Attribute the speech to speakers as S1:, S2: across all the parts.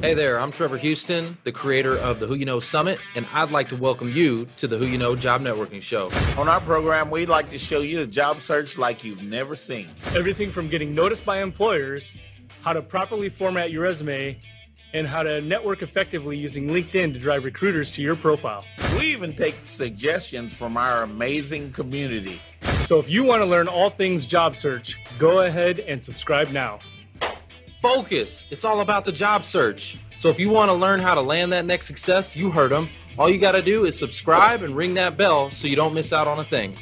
S1: Hey there, I'm Trevor Houston, the creator of the Who You Know Summit, and I'd like to welcome you to the Who You Know Job Networking Show.
S2: On our program, we'd like to show you a job search like you've never seen.
S3: Everything from getting noticed by employers, how to properly format your resume, and how to network effectively using LinkedIn to drive recruiters to your profile.
S2: We even take suggestions from our amazing community.
S3: So if you want to learn all things job search, go ahead and subscribe now.
S1: Focus, it's all about the job search. So if you want to learn how to land that next success, you heard them. All you got to do is subscribe and ring that bell so you don't miss out on a thing.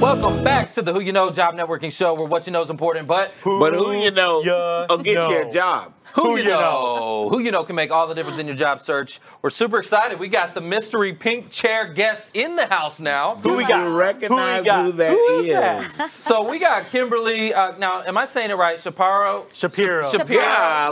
S1: Welcome back to the Who You Know Job Networking Show, where what you know is important, but
S2: But who you know
S3: ya
S2: will get you
S3: know?
S2: a job.
S1: Who,
S3: Who
S1: you
S3: you
S1: know? Who you know can make all the difference in your job search. We're super excited. We got the mystery pink chair guest in the house now.
S3: Who we got?
S2: You recognize
S3: got?
S2: who, that is.
S3: Who is that?
S1: So we got Kimberly. Uh, now, am I saying it right? Shapiro.
S3: Shapiro.
S2: Golly.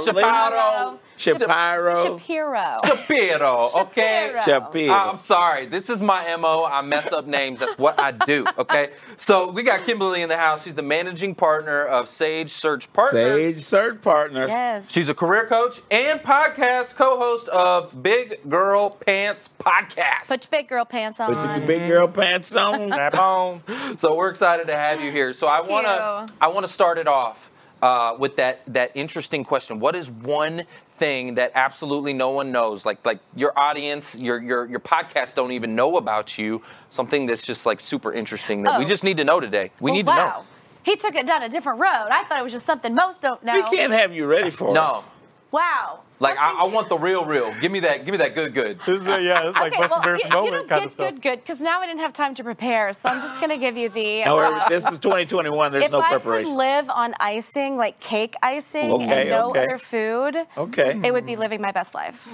S1: Shapiro.
S2: Shapiro.
S4: Shapiro.
S1: Shapiro. Okay. Uh,
S4: Shapiro.
S2: Shapiro.
S1: I'm sorry. This is my MO. I mess up names. That's what I do. Okay. So we got Kimberly in the house. She's the managing partner of Sage Search Partners.
S2: Sage Search Partner.
S4: Yes.
S1: She's a career coach and podcast co-host of Big Girl Pants Podcast.
S4: Put your big girl pants on.
S2: Put your big girl pants on.
S3: Shapiro.
S1: home. So we're excited to have you here. So I want to
S4: you.
S1: I want to start it off uh, with that that interesting question. What is one thing that absolutely no one knows? Like like your audience, your your your podcast don't even know about you. Something that's just like super interesting that we
S4: Oh.
S1: just need to know today. We
S4: Well,
S1: need
S4: wow. He took it down a different road. I thought it was just something most don't know.
S2: We can't have you ready for
S1: to know. No.
S2: us.
S4: Wow.
S1: Like I, I
S4: Something-
S1: want the real real. Give me that give me that good good.
S3: This is uh, yeah, this is like
S4: okay,
S3: Western
S4: well,
S3: Bears
S4: you, you
S3: moment
S4: don't
S3: kind
S4: get
S3: of stuff.
S4: good, good, because now I didn't have time to prepare. So I'm just going to give you the.
S2: No,
S4: uh,
S2: we're- this is 2021. There's
S4: if
S2: no
S4: I could
S2: preparation.
S4: live on icing, like cake icing,
S2: Okay,
S4: and no
S2: okay.
S4: other food,
S2: Okay.
S4: it would be living my best life.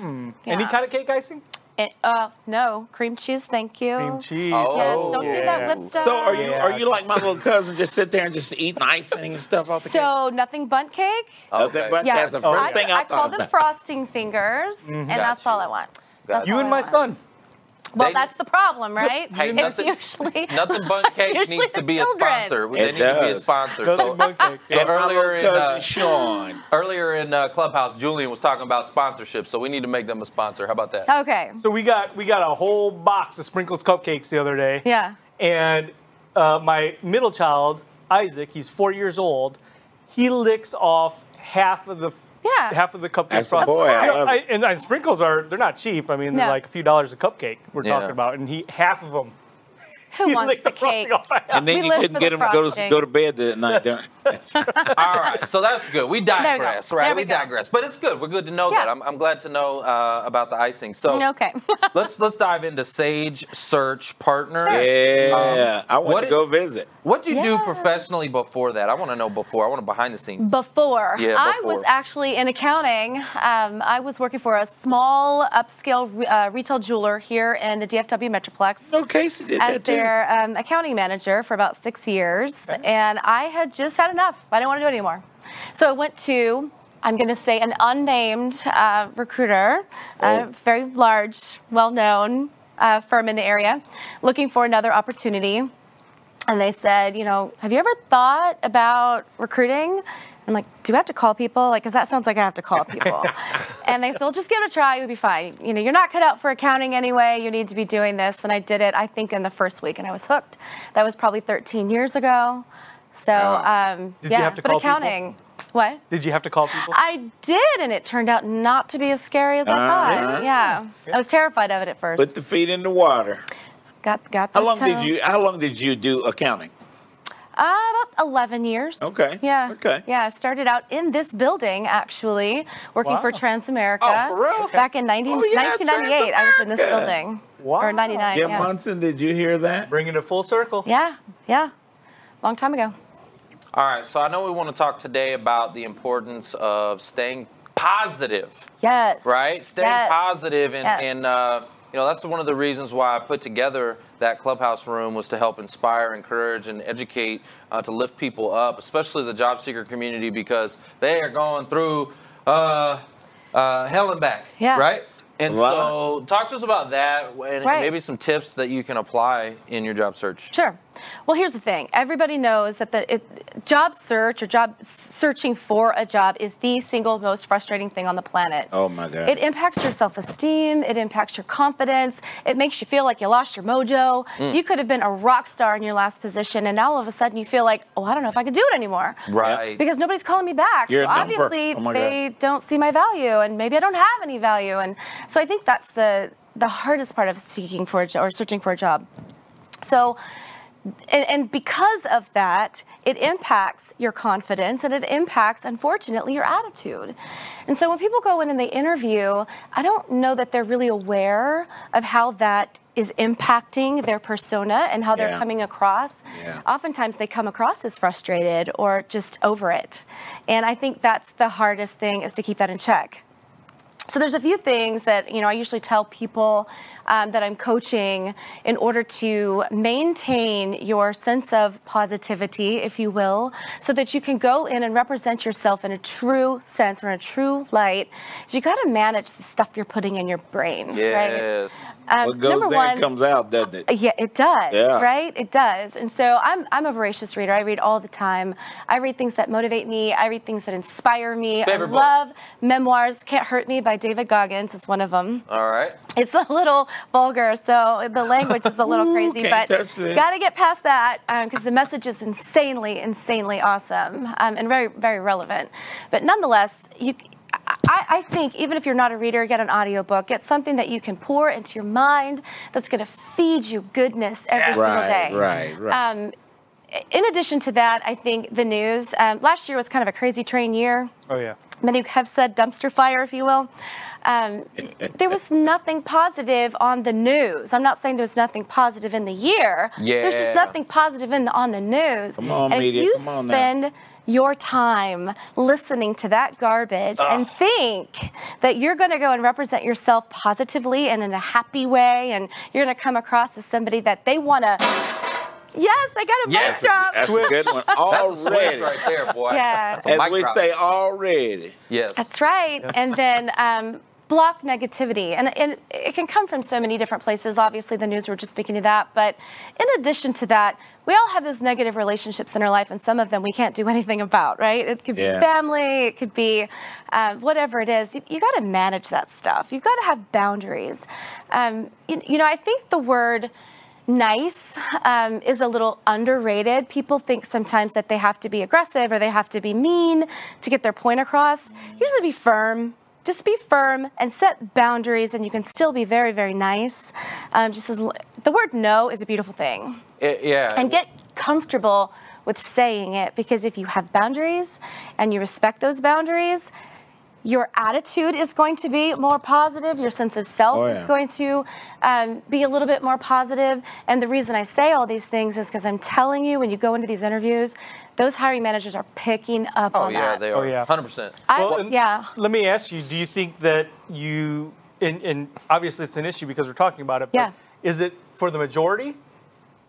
S3: Any kind of cake icing?
S4: It, uh, no cream cheese, thank you.
S3: Cream cheese.
S1: Oh,
S4: Yes,
S1: Oh,
S4: don't do
S1: yeah.
S4: that with stuff.
S2: So are you
S3: Yeah.
S2: are you like my little cousin, just sit there and just eating icing and stuff off the cake?
S4: So nothing bunt cake.
S2: Nothing
S1: Okay.
S2: but
S4: Yeah.
S2: that's the
S3: Oh,
S2: first
S4: I,
S2: thing I,
S4: I
S2: thought
S4: call
S2: about.
S4: them frosting fingers, and that's all I want. That's
S3: You
S4: all
S3: and
S4: I
S3: my
S4: want.
S3: son.
S4: Well,
S1: They-
S4: that's the problem, right?
S1: Hey,
S4: it's
S1: nothing-
S4: usually
S1: Nothing but cake
S4: Usually
S1: needs to
S4: the
S1: be a
S4: children.
S1: sponsor.
S2: It
S1: they need to be a
S2: does.
S1: sponsor.
S3: Nothing
S1: So-
S3: but cake.
S1: So
S2: and my
S1: earlier
S2: little
S1: in
S2: cousin
S1: uh,
S2: Sean.
S1: Earlier in uh, Clubhouse, Julian was talking about sponsorship, so we need to make them a sponsor. How about that?
S4: okay.
S3: So we got we got a whole box of sprinkles cupcakes the other day.
S4: Yeah.
S3: And uh, my middle child, Isaac, he's four years old. He licks off half of the
S4: Yeah.
S3: half of the cupcake
S2: That's a
S3: frosting.
S2: boy, I
S3: You know,
S2: love it.
S3: and, and sprinkles are they're not cheap. I mean, they're
S4: No.
S3: like a few dollars a cupcake we're
S1: Yeah.
S3: talking about, and he half of them.
S4: Who
S3: He
S4: wants
S3: licked
S4: the
S3: the
S4: cake?
S3: frosting off.
S2: And then
S4: We
S2: you
S4: live
S2: couldn't
S4: for the
S2: get him to go to
S4: frosting.
S2: go to bed that night. That's right.
S1: All right, so that's good. We
S4: we go.
S1: digress, right?
S4: There we
S1: we
S4: go.
S1: digress, but it's good. We're good to know
S4: Yeah.
S1: that. I'm, I'm glad to know uh, about the icing. So
S4: Okay.
S1: let's let's dive into Sage Search Partners.
S2: Yeah, I
S1: what
S2: want to
S1: it-
S2: go visit.
S1: What'd you do
S4: Yeah.
S1: professionally before that? I want to know before. I want to behind the scenes.
S4: Before,
S1: Yeah,
S4: I was
S1: before.
S4: actually in accounting. Um, I was working for a small upscale re- uh, retail jeweler here in the DFW Metroplex.
S2: No, Casey did
S4: as
S2: that too.
S4: their um, accounting manager for about six years, and I had just had enough. I didn't want to do it anymore. So I went to, I'm going to say, an unnamed uh, recruiter,
S2: Oh.
S4: a very large, well known uh, firm in the area, looking for another opportunity. And they said, you know, have you ever thought about recruiting? I'm like, do I have to call people? Like, because that sounds like I have to call people. and they said, well, just give it a try. You'll be fine. You know, you're not cut out for accounting anyway. You need to be doing this. And I did it, I think, in the first week, and I was hooked. That was probably 13 years ago. So,
S1: Wow.
S4: um,
S3: Did you
S4: yeah,
S3: have to
S4: but
S3: call people?
S4: accounting. What?
S3: Did you have to call people?
S4: I did, and it turned out not to be as scary as I
S2: Uh-huh.
S4: thought. Yeah. I was terrified of it at first.
S2: Put the feet in the water.
S4: got, got the
S2: How long did
S4: tone.
S2: you? How long did you do accounting?
S4: Uh, about 11 years.
S2: Okay.
S4: Yeah.
S2: Okay.
S4: Yeah, I started out in this building actually, working for
S3: Wow.
S4: Transamerica.
S1: Oh, for real?
S4: Back in 19
S2: Oh, yeah,
S4: 1998, I was in this
S2: Transamerica.
S4: building.
S3: Wow.
S4: Or 99.
S2: Jim
S4: yeah.
S2: Munson, did you hear that?
S3: Bringing it full circle.
S4: yeah, yeah. Long time ago.
S1: All right, so I know we want to talk today about the importance of staying positive.
S4: Yes.
S1: right? Staying
S4: Yes.
S1: positive and,
S4: Yes.
S1: and uh, you know that's one of the reasons why I put together that clubhouse room was to help inspire, encourage, and educate uh, to lift people up, especially the job seeker community because they are going through uh, uh, hell and back,
S4: Yeah.
S1: right? And
S2: Wow.
S1: so, talk to us about that and
S4: Right.
S1: maybe some tips that you can apply in your job search.
S4: Sure. Well, here's the thing. Everybody knows that the it, job search or job searching for a job is the single most frustrating thing on the planet.
S2: Oh my God.
S4: It impacts your self-esteem. It impacts your confidence. It makes you feel like you lost your mojo.
S2: Mm.
S4: You could have been a rock star in your last position, and now all of a sudden you feel like, oh, I don't know if I could do it anymore.
S1: Right.
S4: Because nobody's calling me back.
S2: You're
S4: so
S2: a number.
S4: obviously
S2: Oh my
S4: they don't see my value, and maybe I don't have any value. And so I think that's the the hardest part of seeking for a jo- or searching for a job. So. And, and because of that, it impacts your confidence and it impacts, unfortunately, your attitude. And so when people go in and they interview, I don't know that they're really aware of how that is impacting their persona and how they're
S2: Yeah.
S4: coming across.
S2: Yeah.
S4: Oftentimes they come across as frustrated or just over it. And I think that's the hardest thing is to keep that in check. So there's a few things that you know I usually tell people um, that I'm coaching in order to maintain your sense of positivity, if you will, so that you can go in and represent yourself in a true sense or in a true light. 'Cause You got to manage the stuff you're putting in your brain, right?
S1: Yes.
S4: Um,
S2: what goes in
S4: number one-
S2: comes out, doesn't it?
S4: Uh, yeah, it does,
S2: Yeah.
S4: right? It does. And so I'm, I'm a voracious reader. I read all the time. I read things that motivate me. I read things that inspire me.
S1: Favorite
S4: I
S1: book?
S4: love memoirs. Can't Hurt Me by David Goggins is one of them.
S1: All right.
S4: It's a little vulgar, so the language is a little
S2: Ooh,
S4: crazy,
S2: can't
S4: but
S2: touch this.
S4: gotta get past that because the message is insanely, insanely awesome um, and very, very relevant. But nonetheless, you. I, I think even if you're not a reader, get an audiobook. Get something that you can pour into your mind that's going to feed you goodness every single
S2: Right,
S4: day.
S2: right, right.
S4: Um, in addition to that, I think the news um, last year was kind of a crazy train year
S5: Oh yeah.
S4: many have said dumpster fire, if you will. Um, there was nothing positive on the news. I'm not saying there was nothing positive in the year. There's
S1: Yeah.
S4: just nothing positive in the, on the news.
S2: Come on,
S4: and
S2: media,
S4: If you
S2: come on now.
S4: spend your time listening to that garbage
S2: Ah.
S4: and think that you're going to go and represent yourself positively and in a happy way, and you're going to come across as somebody that they want to. Yes, I got a
S1: Yes.
S4: mic drop.
S2: That's a good one.
S1: That's the switch
S2: Already.
S1: right there, boy.
S4: Yeah.
S1: That's a
S2: As
S1: mic
S2: we
S1: drop.
S2: say, already.
S1: Yes.
S4: That's right. And then um, block negativity. And, and it can come from so many different places. Obviously, the news, we we're just speaking to that. But in addition to that, we all have those negative relationships in our life, and some of them we can't do anything about, right? It could be
S2: Yeah.
S4: family, it could be um, whatever it is. You, you got to manage that stuff. You've got to have boundaries. Um, you, you know, I think the word nice um, is a little underrated. People think sometimes that they have to be aggressive or they have to be mean to get their point across. You just be firm. Just be firm and set boundaries, and you can still be very, very nice. Um, just as l- the word "no" is a beautiful thing,
S1: It- yeah.
S4: and get comfortable with saying it because if you have boundaries and you respect those boundaries, your attitude is going to be more positive. Your sense of self
S2: Oh,
S4: is
S2: yeah.
S4: going to um, be a little bit more positive. And the reason I say all these things is because I'm telling you, when you go into these interviews, those hiring managers are picking up
S1: oh
S4: on
S1: yeah,
S4: that.
S1: they
S5: Oh,
S1: are.
S5: yeah.
S1: 100%.
S4: I-
S5: Well, and
S4: yeah.
S5: Let me ask you: Do you think that you, and, and obviously it's an issue because we're talking about it. But
S4: Yeah.
S5: Is it for the majority?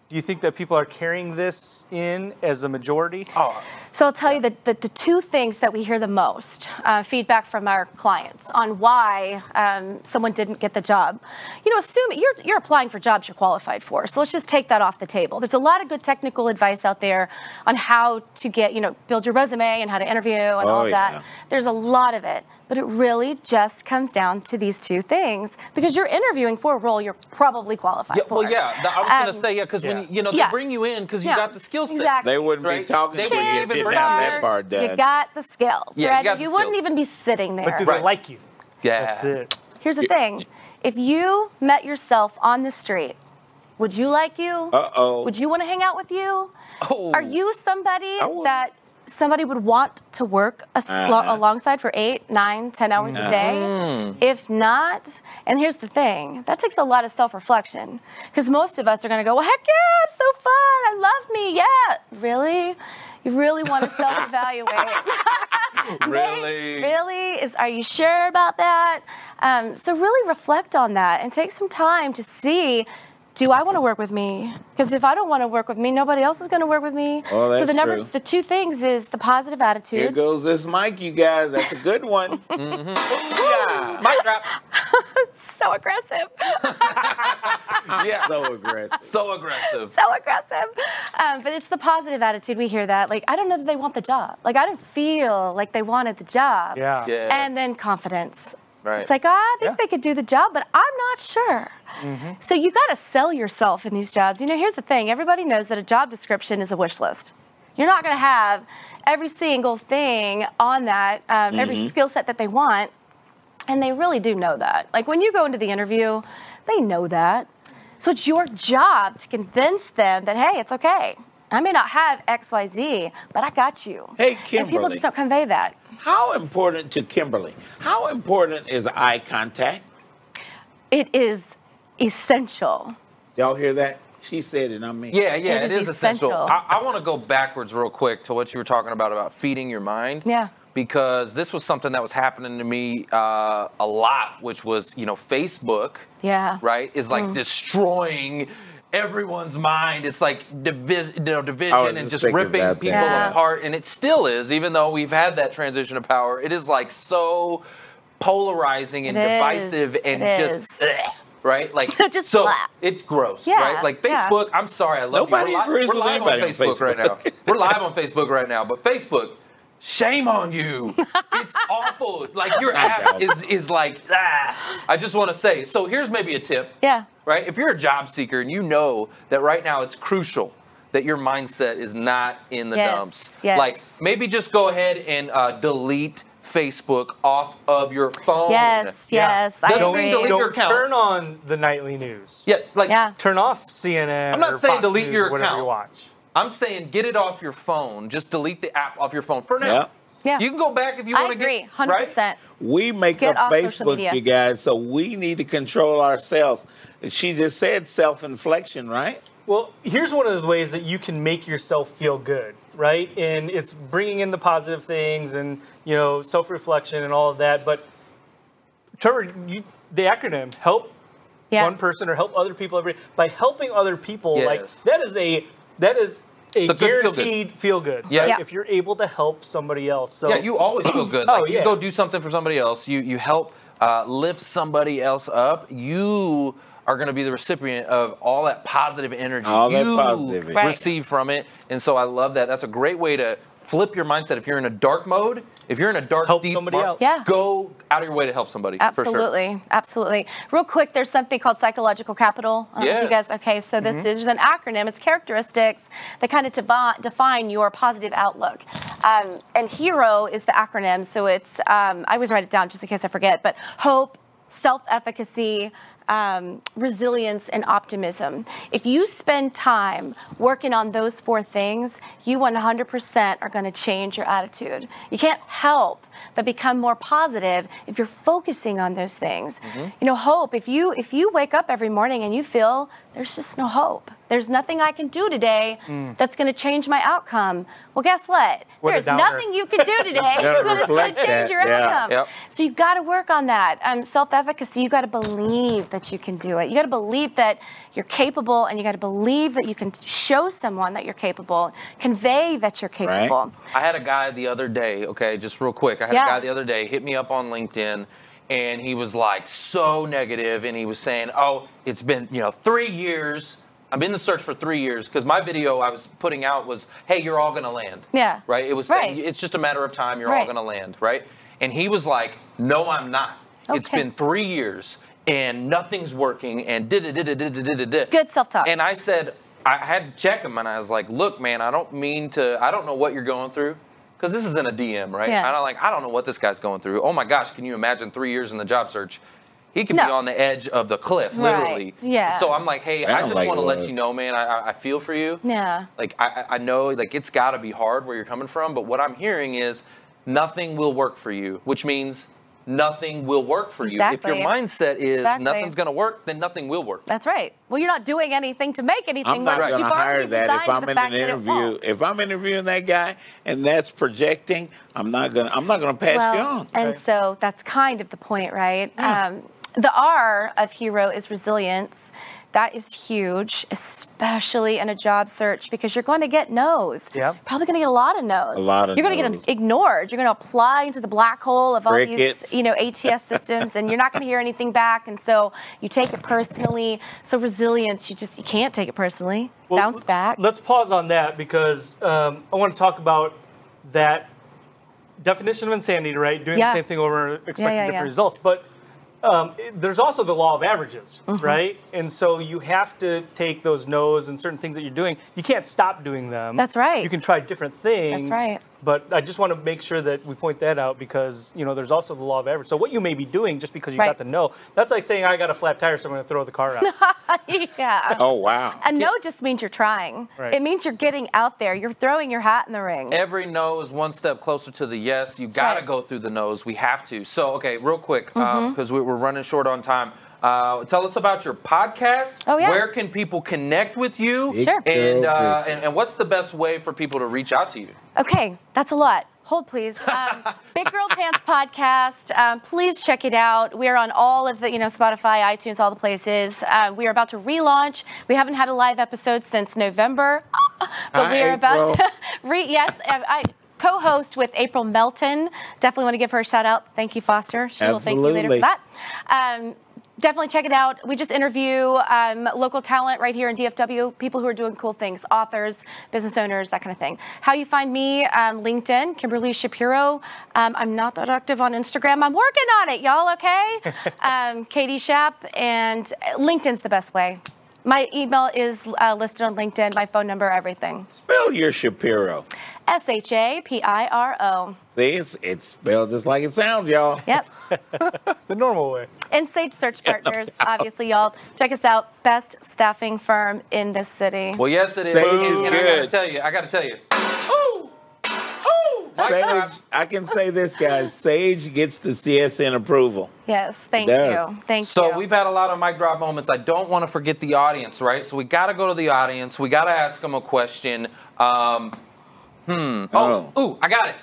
S5: Do you think that people are carrying this in as a majority?
S1: Oh,
S4: So I'll tell you that the, the two things that we hear the most uh, feedback from our clients on why um, someone didn't get the job. You know, assuming you're, you're applying for jobs you're qualified for, so let's just take that off the table. There's a lot of good technical advice out there on how to get, you know, build your resume and how to interview and all
S2: Oh,
S4: of that.
S2: yeah.
S4: There's a lot of it, but it really just comes down to these two things because you're interviewing for a role you're probably qualified
S1: yeah,
S4: for.
S1: well, yeah. the- I was
S4: Um,
S1: gonna say yeah, because
S5: Yeah.
S1: when you know they
S4: Yeah.
S1: bring you in because you
S4: Yeah,
S1: got the skill set.
S4: exactly.
S2: They wouldn't
S1: Right.
S2: be talking
S1: They
S2: to you
S1: wouldn't
S2: if
S1: even
S2: you didn't
S1: bring
S2: have
S1: up-
S2: that part
S4: You
S2: done.
S4: got the skills,
S1: Yeah, you
S4: right?
S1: got the
S4: wouldn't
S1: skills.
S4: even be sitting there.
S5: But do
S1: Right.
S5: they like you?
S1: Yeah.
S5: That's it.
S4: Here's the thing. If you met yourself on the street, would you like you?
S2: Uh-oh.
S4: Would you want to hang out with you?
S1: Oh.
S4: Are you somebody
S2: I would.
S4: that somebody would want to work as-
S2: Uh-uh.
S4: alongside for eight, nine, ten hours
S2: Mm.
S4: a day? If not, and here's the thing, that takes a lot of self-reflection because most of us are going to go, well, heck yeah, it's so fun. I love me. Yeah. Really? You really want to self-evaluate.
S1: Really?
S4: Really? Is are you sure about that? Um, so really reflect on that and take some time to see. Do I want to work with me? Because if I don't want to work with me, nobody else is going to work with me.
S2: Oh,
S4: so
S2: that's
S4: the number,
S2: true.
S4: the two things is the positive
S2: Here
S4: attitude. Mm-hmm.
S2: goes this mic, you guys. That's a good one. Yeah.
S1: Mic drop.
S4: so aggressive.
S1: yeah,
S2: So aggressive.
S1: so aggressive.
S4: so aggressive. Um, but it's the positive attitude. We hear that. Like, I don't know that they want the job. Like, I don't feel like they wanted the job.
S5: Yeah.
S1: Yeah.
S4: And then confidence.
S1: right.
S4: It's like, "Ah, I think
S5: Yeah.
S4: they could do the job, but I'm not sure. So you got to sell yourself in these jobs. You know, here's the thing everybody knows that a job description is a wish list. You're not going to have every single thing on that, um, every skill set that they want. And they really do know that. Like when you go into the interview, they know that. So it's your job to convince them that, hey, it's okay. I may not have XYZ, but I got you.
S2: Hey,
S4: And people
S2: Kimberly.
S4: just don't convey that.
S2: How important to Kimberly? How important is eye contact?
S4: It is essential.
S2: Y'all hear that? She said it, I mean.
S1: Yeah, yeah, it
S4: It is
S1: is, essential.
S4: essential.
S1: I, I want to go backwards real quick to what you were talking about about feeding your mind.
S4: Yeah.
S1: Because this was something that was happening to me uh, a lot, which was you know Facebook.
S4: Yeah. Hmm.
S1: Right is like destroying everyone's mind. It's like divis- you know,
S2: I was
S1: division and
S2: just
S1: just
S2: thinking
S1: ripping
S2: about that.
S1: people
S4: Yeah.
S1: apart, and it still is. Even though we've had that transition of power, it is like so polarizing and
S4: It is.
S1: divisive and
S4: It
S1: just. ugh, Right, like
S4: Just
S1: so,
S4: blah.
S1: it's gross,
S4: Yeah,
S1: right? Like
S4: yeah.
S1: Facebook. I'm sorry, I love
S2: Nobody
S1: you. We're,
S2: agrees
S1: we're
S2: with
S1: live on
S2: anybody on
S1: Facebook, right now.
S2: Facebook.
S1: We're live on Facebook right now, but Facebook, shame on you. It's awful. Like your app is is like ah. I just want to say. So here's maybe a tip.
S4: Yeah.
S1: Right? If you're a job seeker and you know that right now it's crucial that your mindset is not in the
S4: Yes,
S1: dumps,
S4: yes.
S1: like maybe just go ahead and uh, delete Facebook off of your phone.
S4: Yes,
S5: Yeah.
S4: yes, I
S1: Oh, Don't-
S4: agree.
S1: don't- your
S5: Don't
S1: account.
S5: turn on the nightly news.
S1: Yeah, like
S4: Yeah.
S5: Turn off CNN.
S1: I'm not
S5: or
S1: saying
S5: Fox
S1: delete
S5: News,
S1: your
S5: whatever
S1: account.
S5: you watch.
S1: I'm saying get it off your phone. Just delete the app off your phone for now.
S2: Yeah.
S4: Yeah.
S1: You can go back if you
S4: I
S1: want to
S4: agree,
S1: get
S4: 100%.
S1: Right?
S2: We make
S4: Get
S2: up
S4: off social
S2: Facebook,
S4: media.
S2: you guys, so we need to control ourselves. She just said self inflection, right?
S5: Well, here's one of the ways that you can make yourself feel good, right? And it's bringing in the positive things and, you know, self-reflection and all of that. But Trevor, you, the acronym, help
S4: Yeah.
S5: one person or help other people every by helping other people, like
S1: Yes.
S5: that is a that is a
S1: a good feel good.
S5: guaranteed feel good.
S1: Yeah.
S5: right?
S1: Yeah.
S5: If you're able to help somebody else. So
S1: Yeah, you always feel good.
S5: Oh,
S1: Like you
S5: yeah.
S1: go do something for somebody else. You you help uh, lift somebody else up. You are going to be the recipient of all that positive energy
S2: All that
S1: you
S2: positivity.
S4: Right.
S1: receive from it. And so I love that. That's a great way to flip your mindset. If you're in a dark mode, if you're in a dark
S5: Help
S1: deep
S5: somebody out.
S4: Yeah.
S1: go out of your way to help somebody. for sure.
S4: Absolutely, absolutely. Real quick, there's something called psychological capital. I don't know if you
S1: Yeah. Mm-hmm.
S4: guys, okay, so this is an acronym. It's characteristics that kind of devi- define your positive outlook. Um, and HERO is the acronym, so it's um, I always write it down just in case I forget. But hope, self-efficacy. Um, resilience and optimism. If you spend time working on those four things, you 100% are going to change your attitude. You can't help but become more positive if you're focusing on those things. You know, hope. If you if you wake up every morning and you feel there's just no hope, there's nothing I can do today that's going to change my outcome. Well, guess what?
S5: What a
S4: there's
S5: downer.
S4: nothing you can do today
S2: Gotta
S4: that's going
S2: reflect
S4: to
S2: that,
S4: change your
S2: yeah.
S4: outcome.
S1: Yep.
S4: So you got to work on that. Um, self-efficacy. You got to believe that you can do it. You got to believe that you're capable, and you got to believe that you can show someone that you're capable, convey that you're capable.
S1: I had a guy the other day, okay, just real quick. I had
S4: Yeah.
S1: a guy the other day hit me up on LinkedIn and he was like so negative and he was saying, "Oh, it's been, you know, 3 years. I've been in the search for 3 years cuz my video I was putting out was, "Hey, you're all going to land."
S4: Yeah.
S1: Right? It was
S4: Right.
S1: saying it's just a matter of time you're all
S4: Right.
S1: going to land, right? And he was like, "No, I'm not. It's
S4: Okay.
S1: been 3 years and nothing's working and da da da da da da da da."
S4: Good self-talk.
S1: And I said, I had to check him, and I was like, "Look, man, I don't mean to. I don't know what you're going through, because this isn't a DM, right?
S4: Yeah.
S1: And I'm like, I don't know what this guy's going through. Oh my gosh, can you imagine three years in the job search? He could be
S4: No.
S1: on the edge of the cliff,
S4: Right.
S1: literally.
S4: Yeah.
S1: So I'm like, hey, I
S2: Sounds
S1: just
S2: like
S1: want to
S2: it.
S1: let you know, man. I, I, I feel for you.
S4: Yeah.
S1: Like I, I- I know, like it's got to be hard where you're coming from, but what I'm hearing is nothing will work for you, which means nothing will work for you. If
S4: Exactly.
S1: your mindset is
S4: Exactly.
S1: nothing's going to work, then nothing will work.
S4: That's right. Well, you're not doing anything to make anything
S2: I'm not
S4: work.
S2: going to
S4: You've already
S2: hire that if
S4: designed
S2: I'm
S4: the
S2: in an
S4: fact that it
S2: interview.
S4: won't.
S2: If I'm interviewing that guy and that's projecting, I'm not going. to I'm not going to pass you
S4: Well,
S2: on.
S4: and
S5: Right. Hmm.
S4: so that's kind of the point, right? Um, the R of hero is resilience. that is huge, especially in a job search because you're going to get no's.
S5: Yeah.
S4: Probably going to get a lot of no's.
S2: A lot of
S4: You're going to
S2: no's.
S4: get ignored. You're going to apply into the black hole of all
S2: Crickets.
S4: these, you know, ATS systems, and you're not going to hear anything back. And so you take it personally. So resilience, you just you can't take it personally.
S5: Well,
S4: Bounce back.
S5: Let's pause on that because um, I want to talk about that definition of insanity, right? Doing
S4: Yeah.
S5: the same thing over, expecting
S4: yeah,
S5: different
S4: yeah.
S5: results. But um, it- there's also the law of averages,
S4: Mm-hmm.
S5: right? And so you have to take those no's and certain things that you're doing. You can't stop doing them.
S4: That's right.
S5: You can try different things.
S4: right.
S5: But I just want to make sure that we point that out because you know there's also the law of average. So what you may be doing just because you
S4: Right.
S5: got the no, that's like saying I got a flat tire, so I'm going to throw the car out.
S4: yeah.
S2: Oh wow.
S4: A no just means you're trying.
S5: Right.
S4: It means you're getting out there. You're throwing your hat in the ring.
S1: Every no is one step closer to the yes. You gotta
S4: right. Mm-hmm.
S1: go through the no's. We have to. So, okay, real quick, because we, we're running short on time. Uh, tell us about your podcast.
S4: Oh, yeah.
S1: Where can people connect with you?
S4: Sure.
S1: And, uh, and and what's the best way for people to reach out to you?
S4: Okay, that's a lot. Hold, please. Um, Big Girl Pants podcast. Um, please check it out. We are on all of the, you know, Spotify, iTunes, all the places. Uh, we are about to relaunch. We haven't had a live episode since November, but we
S2: Hi,
S4: are about
S2: April.
S4: to re. Yes, um, I co-host with April Melton. Definitely want to give her a shout out. Thank you, Foster. She will thank you later for
S2: Absolutely.
S4: that. Um, definitely check it out. We just interview um, local talent right here in DFW, people who are doing cool things, authors, business owners, that kind of thing. How you find me? Um, LinkedIn, Kimberly Shapiro. Um, I'm not that active on Instagram. I'm working on it, y'all. Okay. um, Katie Shap and LinkedIn's the best way. My email is uh, listed on LinkedIn. My phone number, everything.
S2: Spell your Shapiro.
S4: S H A P I R O.
S2: See, it's, it's spelled just like it sounds, y'all.
S4: Yep.
S5: the normal way.
S4: And Sage Search Partners, obviously, y'all. Check us out. Best staffing firm in this city.
S1: Well, yes, it is.
S2: Sage
S1: and,
S2: is
S1: and I gotta
S2: good.
S1: tell you, I gotta tell you. Ooh, ooh, mic drop.
S2: Sage, I can say this, guys. Sage gets the CSN approval.
S4: Yes, thank
S2: does.
S4: you. Thank
S1: So
S4: you.
S1: we've had a lot of mic drop moments. I don't want to forget the audience, right? So we got to go to the audience. We got to ask them a question. Um, hmm. Oh, ooh, I got it.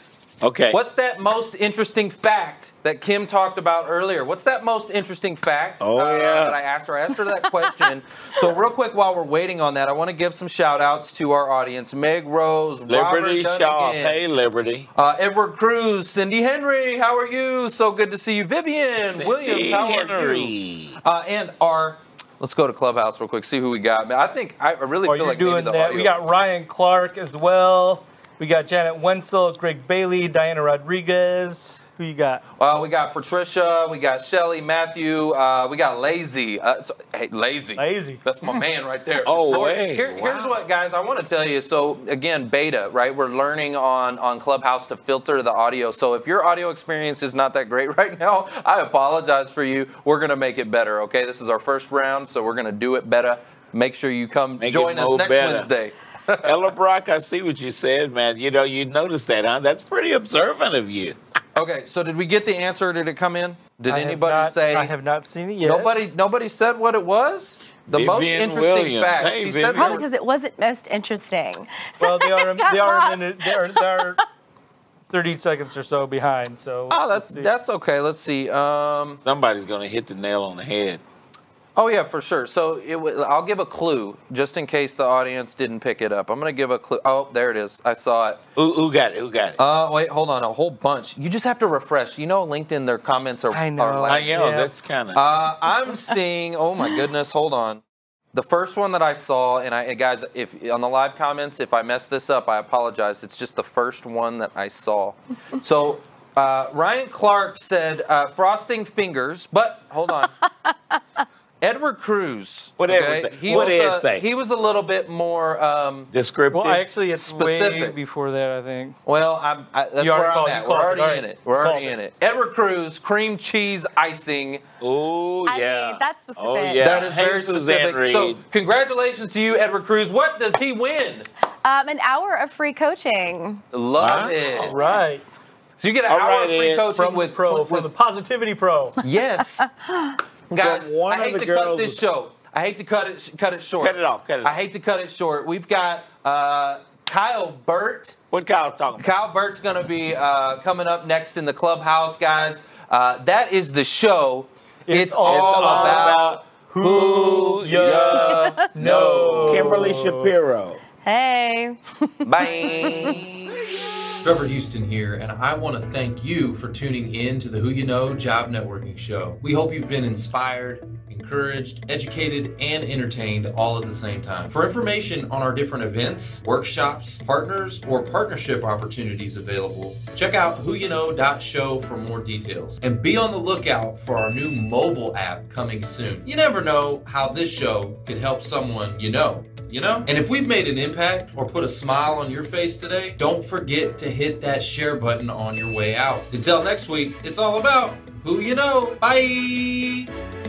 S2: Okay.
S1: What's that most interesting fact that Kim talked about earlier? What's that most interesting fact uh,
S2: Oh, yeah.
S1: that I asked her? I asked her that question. so real quick, while we're waiting on that, I want to give some shout outs to our audience. Meg Rose,
S2: Liberty
S1: Robert
S2: Shaw.
S1: Dunnigan,
S2: Hey, Liberty.
S1: uh, Edward Cruz, Cindy Henry, how are you? So good to see you. Vivian Williams,
S2: Cindy
S1: how are
S2: Henry.
S1: you? Uh, and our, let's go to Clubhouse real quick, see who we got. Man, I think, I really feel
S5: While Oh, you're
S1: like
S5: doing
S1: maybe the
S5: that,
S1: audio.
S5: we got Ryan Clark as well. We got Janet Wenzel, Greg Bailey, Diana Rodriguez. Who you got?
S1: uh, we got Patricia, we got Shelly, Matthew, uh, we got Lazy. Uh, so- hey, Lazy.
S5: Lazy.
S1: That's my man right there.
S2: Oh,
S1: Lord,
S2: hey,
S1: here- Here's
S2: wow.
S1: what, guys, I want to tell you. So, again, beta, right? We're learning on, on Clubhouse to filter the audio. So, if your audio experience is not that great right now, I apologize for you. We're going to make it better, okay? This is our first round, so we're going to do it better. Make sure you come
S2: Make it
S1: join us
S2: more
S1: next
S2: better.
S1: Wednesday.
S2: Ella Brock, I see what you said, man. You know, you noticed that, huh? That's pretty observant of you.
S1: Okay, so did we get the answer? Did it come in? Did
S5: I have
S1: anybody
S5: not-
S1: say?
S5: I have not seen it yet.
S1: Nobody, nobody said what it was. The most
S2: Vivian
S1: interesting
S2: Williams.
S1: fact.
S2: Hey,
S1: she
S2: Vivian.
S1: said
S4: Probably
S1: there were-
S4: because it wasn't most interesting. So
S5: Well, they
S4: I
S5: are.
S4: got
S5: They are.
S4: lost.
S5: a minute- They are. They are 30 seconds or so behind. So.
S1: Oh, that's
S5: let's see.
S1: that's okay. Let's see. Um,
S2: Somebody's going to hit the nail on the head.
S1: oh yeah, for sure. So it, wa- I'll give a clue just in case the audience didn't pick it up. I'm gonna give a clue. Oh, there it is. I saw it.
S2: Who, who got it? Who got it?
S1: Uh, wait, hold on. A whole bunch. You just have to refresh. You know, LinkedIn, their comments are.
S5: I know.
S1: Are
S2: I
S1: loud.
S2: know.
S5: yeah.
S2: Uh, That's kind of.
S1: Uh, I'm seeing. Oh my goodness! Hold on. The first one that I saw, and I and guys, if on the live comments, if I mess this up, I apologize. It's just the first one that I saw. So uh, Ryan Clark said uh, frosting fingers, but hold on. Edward Cruz.
S2: What Edward say? What
S1: was
S2: Ed
S1: a,
S2: say?
S1: He was a little bit more. Um,
S2: descriptive.
S5: Well, actually, it's way
S1: Specific.
S5: before that. I think.
S1: well, I'm, I, that's
S5: You already
S1: where I'm
S5: called-
S1: at.
S5: you
S1: We're
S5: called
S1: already
S5: it. All right.
S1: in it. We're already
S5: Called
S1: in
S5: it.
S1: it. Edward Cruz, cream cheese icing.
S2: oh,
S4: I
S2: yeah.
S4: mean, that's
S2: Oh,
S4: specific.
S2: yeah.
S1: That is
S2: Hey,
S1: very
S2: Suzanne
S1: specific. So,
S2: Reed.
S1: congratulations to you, Edward Cruz. What does he win?
S4: Um, an hour of free coaching.
S1: Love
S2: Wow.
S1: it.
S5: Right.
S1: So you get an
S2: All
S1: hour
S2: right,
S1: of free
S2: Ed,
S1: coaching
S5: From
S1: with
S5: with pro,
S1: with-
S5: from the positivity pro.
S1: yes, guys.
S2: From one
S1: I
S2: of
S1: hate
S2: the
S1: to cut
S2: girls-
S1: this show. I hate to cut it cut it short.
S2: Cut it off, cut it
S1: I
S2: off.
S1: hate to cut it short. We've got uh, Kyle Burt.
S2: What Kyle's talking about?
S1: Kyle Burt's going to be uh, coming up next in the clubhouse, guys. Uh, that is the show. It's, all,
S5: all
S1: about,
S2: about
S5: Who ya know?
S2: Kimberly Shapiro.
S4: Hey.
S5: Bye.
S1: Trevor Houston here, and I want to thank you for tuning in to the Who You Know Job Networking Show. We hope you've been inspired, encouraged, educated, and entertained all at the same time. For information on our different events, workshops, partners, or partnership opportunities available, check out whoyouknow.show for more details. And be on the lookout for our new mobile app coming soon. You never know how this show could help someone you know you know? And if we've made an impact or put a smile on your face today, don't forget to hit that share button on your way out. Until next week, it's all about who you know. Bye!